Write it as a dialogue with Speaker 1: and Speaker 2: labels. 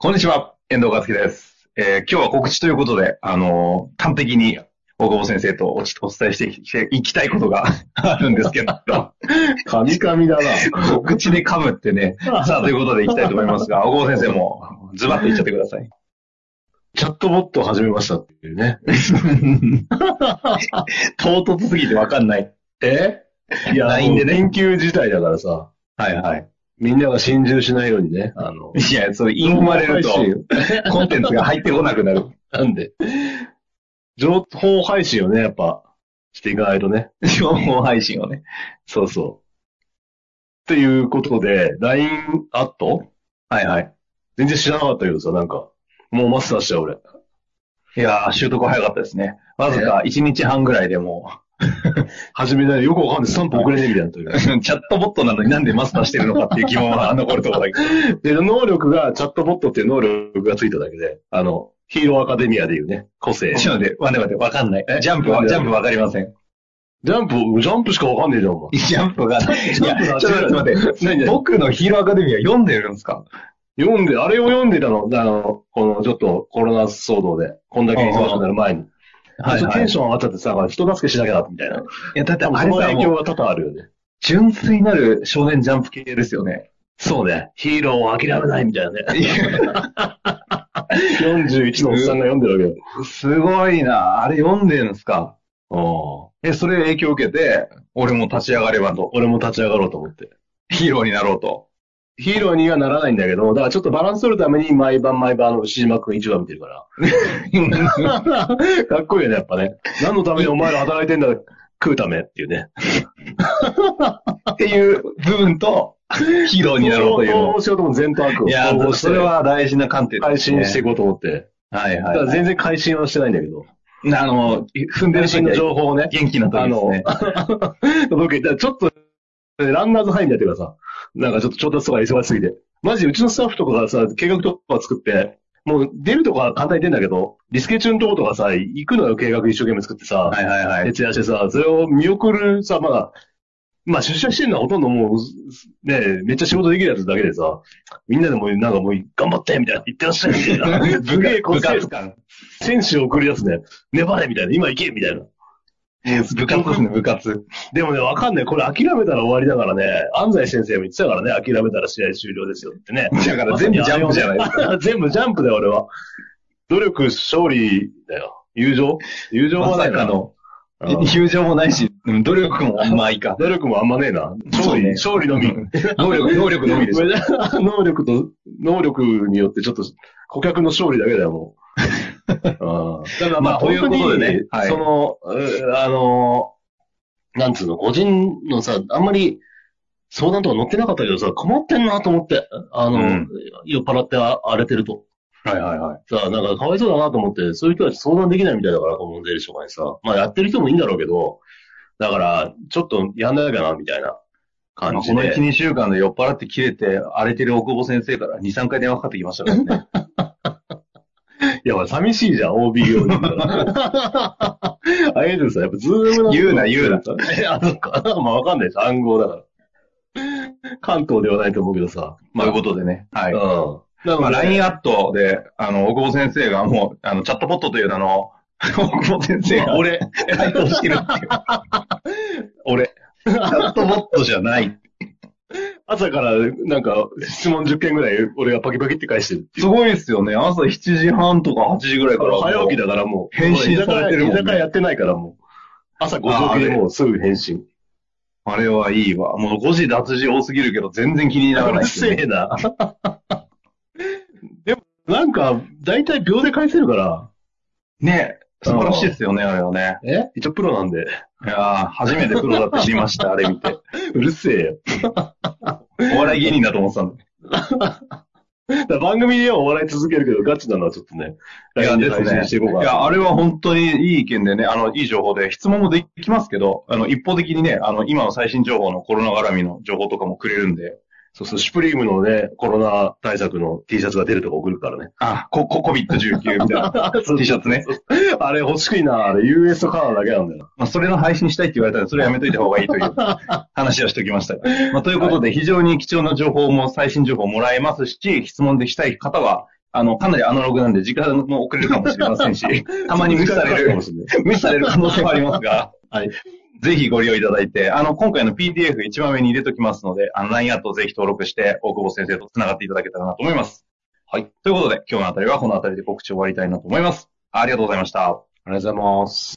Speaker 1: こんにちは、遠藤和樹です。えー今日は告知ということで、あのー端的に大久保先生とおちお伝えしてきていきたいことが あるんですけ ど、
Speaker 2: カミカミだ
Speaker 1: 告知で噛むってね。さあ、ということでいきたいと思いますが、大久保先生もズバッと言っちゃってください。
Speaker 2: チャットボットを始めましたっていうね。
Speaker 1: 唐突すぎてわかんない。
Speaker 2: えい
Speaker 1: LINE でね
Speaker 2: もう緊急事態だからさ、
Speaker 1: はいはい。
Speaker 2: みんなが心中しないようにね、あの、
Speaker 1: いや、それ言い踏まれると、コンテンツが入ってこなくなる。
Speaker 2: なんで、情報配信をね、やっぱ、していかないとね。
Speaker 1: 情報配信をね。
Speaker 2: そうそう。っていうことで、LINE アット
Speaker 1: はいはい。
Speaker 2: 全然知らなかったけどさ、なんか、もうマスターしたよ、俺。
Speaker 1: いやー、習得早かったですね。 わずか1日半ぐらいでもう、
Speaker 2: 始めないよくわかんない。3分遅れねえみたいな時が。
Speaker 1: チャットボットなのになんでマスターしてるのかっていう疑問は残ると ころだけど。
Speaker 2: で、能力が、チャットボットっていう能力がついただけで、あの、ヒーローアカデミアでいうね、個性。
Speaker 1: ち
Speaker 2: ジ
Speaker 1: ょっと待って、待って待って、わかんない。ジャンプ
Speaker 2: なん
Speaker 1: は、
Speaker 2: で
Speaker 1: ジャンプわかりません。
Speaker 2: ャンプ、ジャンプしかわかんねえじゃん、お前。
Speaker 1: ジャンプが、いや、ちょっと待って待って
Speaker 2: 何々
Speaker 1: 僕のヒーローアカデミア読んでるんですか
Speaker 2: 読んで、あれを読んでたの、あの、このちょっとコロナ騒動で、こんだけ忙しくなる前に。
Speaker 1: はい、
Speaker 2: ちょっ
Speaker 1: は
Speaker 2: とテ
Speaker 1: い。
Speaker 2: ン
Speaker 1: い
Speaker 2: ション上がっちゃってさ、人助けしなきゃな、みたいな。
Speaker 1: や、だって
Speaker 2: 多分
Speaker 1: あ
Speaker 2: そ
Speaker 1: れ
Speaker 2: の
Speaker 1: さ、
Speaker 2: 影響
Speaker 1: もう
Speaker 2: は多々あるよね。
Speaker 1: 純粋なる少年ジャンプ系ですよね。
Speaker 2: そうね。ヒーローを諦めないみたい なね。
Speaker 1: いや
Speaker 2: 41のおっさんが読んでるわ け
Speaker 1: すごいな。あれ読んでるんですか
Speaker 2: よ。
Speaker 1: え、それ影響を受けて、俺も立ち上がればと。
Speaker 2: 俺も立ち上がろうと思って。
Speaker 1: ヒーローになろうと。
Speaker 2: ヒーローにはならないんだけど、だからちょっとバランス取るために毎晩毎晩あの牛島くん一話見てるから。 かっこいいよね、やっぱね。何のためにお前ら働いてんだ、食うためっていうね。
Speaker 1: っていう部分と、ヒーローになろうというの
Speaker 2: ど。うしようとも善と悪を
Speaker 1: いや
Speaker 2: 統合、して
Speaker 1: それは大事な観点ですね。
Speaker 2: 配信していこうと思って。
Speaker 1: はい
Speaker 2: だ
Speaker 1: はい
Speaker 2: か
Speaker 1: はい、
Speaker 2: ら全然配信はしてないんだけど。
Speaker 1: あの、踏んでる時
Speaker 2: 配信の
Speaker 1: の
Speaker 2: 情報をね。
Speaker 1: 元気な時ですね。
Speaker 2: 僕、だからちょっと、ランナーズハイになってからさ、なんかちょっと調達とか忙しすぎて。マジ、うちのスタッフとかがさ、計画とか作って、もう出るとこは簡単に出るんだけど、リスケ中のとことかさ、行くのよ、計画一生懸命作ってさ、
Speaker 1: はいはいはい。
Speaker 2: 徹夜してさ、それを見送るさ、まだ、まあ出社してるのはほとんどもう、ねえ、めっちゃ仕事できるやつだけでさ、みんなでもうなんかもう頑張ってみたいな、言ってらっしゃいみたい な。 すげえ、こ
Speaker 1: 部
Speaker 2: う、
Speaker 1: 活感。
Speaker 2: 選手を送り出すね。粘れみたいな、今行けみたいな。
Speaker 1: 部活ですね、部活。
Speaker 2: でもね、わかんない。これ諦めたら終わりだからね、安西先生も言ってたからね、諦めたら試合終了ですよってね。
Speaker 1: だから全部ジャンプじゃないですか。
Speaker 2: 全部ジャンプだよ、俺は。努力、勝利だよ。友情友情
Speaker 1: ま
Speaker 2: はな
Speaker 1: さ
Speaker 2: いな
Speaker 1: か。の。
Speaker 2: うん
Speaker 1: 友情もないし、うん努力もまあいい か。
Speaker 2: 努力もあんまねえな。勝
Speaker 1: そう
Speaker 2: 利、
Speaker 1: ね
Speaker 2: 勝利のみ。
Speaker 1: 能力、能力のみです。
Speaker 2: 能力と、能力によってちょっと、顧客の勝利だけだよ、も う。だから
Speaker 1: まあ
Speaker 2: 本当
Speaker 1: と
Speaker 2: に
Speaker 1: いうことでねはい
Speaker 2: その、うあの、なんつうの、個人のさ、あんまり相談とか載ってなかったけどさ、困ってんなと思って、あの、
Speaker 1: うん
Speaker 2: 酔っ払ってあ荒れてると。
Speaker 1: はいはいはい。
Speaker 2: さあ、なんかかわいそうだなと思って、そういう人たち相談できないみたいだから、この税理士とかにさ。まあ、やってる人もいいんだろうけど、だから、ちょっとやんなきゃな、みたいな
Speaker 1: こ
Speaker 2: 感
Speaker 1: の
Speaker 2: じ
Speaker 1: 1、
Speaker 2: で。
Speaker 1: 2週間で酔っ払って切れて、荒れてる大久保先生から2、3回電話かかってきましたからね。
Speaker 2: いや、まあ寂し いじゃん、OB 用に。あえてさ、やっぱズームの。
Speaker 1: 言うな言うな。
Speaker 2: え、あ、そっか。まあわかんないです。暗号だから。関東ではないと思うけどさ。
Speaker 1: まあ、という
Speaker 2: う
Speaker 1: ことでね。はい。
Speaker 2: ん。
Speaker 1: ま
Speaker 2: だか
Speaker 1: あ、
Speaker 2: ら、
Speaker 1: LINE アットで、あの、大久保先生がもう、あの、チャットボットという名の、 大久保先生が、
Speaker 2: 俺、
Speaker 1: 回答してるっていう。俺、チャットボットじゃない。
Speaker 2: 朝から、なんか、質問10件ぐらい、俺がパキパキって返してるってい
Speaker 1: す
Speaker 2: う。
Speaker 1: ごいですよね。朝7時半とか8時ぐらいから。
Speaker 2: 早起きだからもう。
Speaker 1: 返信されてるもんね
Speaker 2: 居酒屋やってないからもう。朝5時起きでもうすぐ返信。
Speaker 1: あれはいいわ。もう5時脱字多すぎるけど、全然気にならな
Speaker 2: う
Speaker 1: い
Speaker 2: る
Speaker 1: です
Speaker 2: せ
Speaker 1: ね、
Speaker 2: えな。でも、なんか、大体秒で返せるから。
Speaker 1: ね素晴らしいですよね、あれはね。
Speaker 2: え一応プロなんで。
Speaker 1: いやー初めてプロだって知りました、あれ見て。
Speaker 2: うるせえよ。
Speaker 1: お笑い芸人だと思ってたんで。
Speaker 2: だから番組ではお笑い続けるけど、ガチなのはちょっとね、
Speaker 1: いや、
Speaker 2: LINE
Speaker 1: です
Speaker 2: 配信していこう
Speaker 1: ね。
Speaker 2: か
Speaker 1: いや、
Speaker 2: な。
Speaker 1: あれは本当にいい意見でね、あの、いい情報で、質問もできますけど、あの、一方的にね、あの、今の最新情報のコロナ絡みの情報とかもくれるんで、
Speaker 2: そうそう、シュプリームのね、コロナ対策の T シャツが出るとか送るからね。
Speaker 1: あ、こ、こ、COVID-19 みたい な T シャツね。
Speaker 2: あれ欲しいな、あれ US とカナダだけなんだよ
Speaker 1: まあ、それの配信したいって言われたら、それはやめといた方がいいという 話はしておきましたが。まあ、ということで、非常に貴重な情報も、最新情報もらえますし、質問できたい方は、あの、かなりアナログなんで、時間も遅れるかもしれませんし、 たまに無視され
Speaker 2: かも
Speaker 1: る、
Speaker 2: しれない。
Speaker 1: 無視される可能性もありますが、
Speaker 2: はい。
Speaker 1: ぜひご利用いただいて、あの、今回の PDF 一番上に入れときますので、あの、LINE アットをぜひ登録して、大久保先生と繋がっていただけたらなと思います。はい。ということで、今日のあたりはこのあたりで告知を終わりたいなと思います。ありがとうございました。
Speaker 2: ありがとうございます。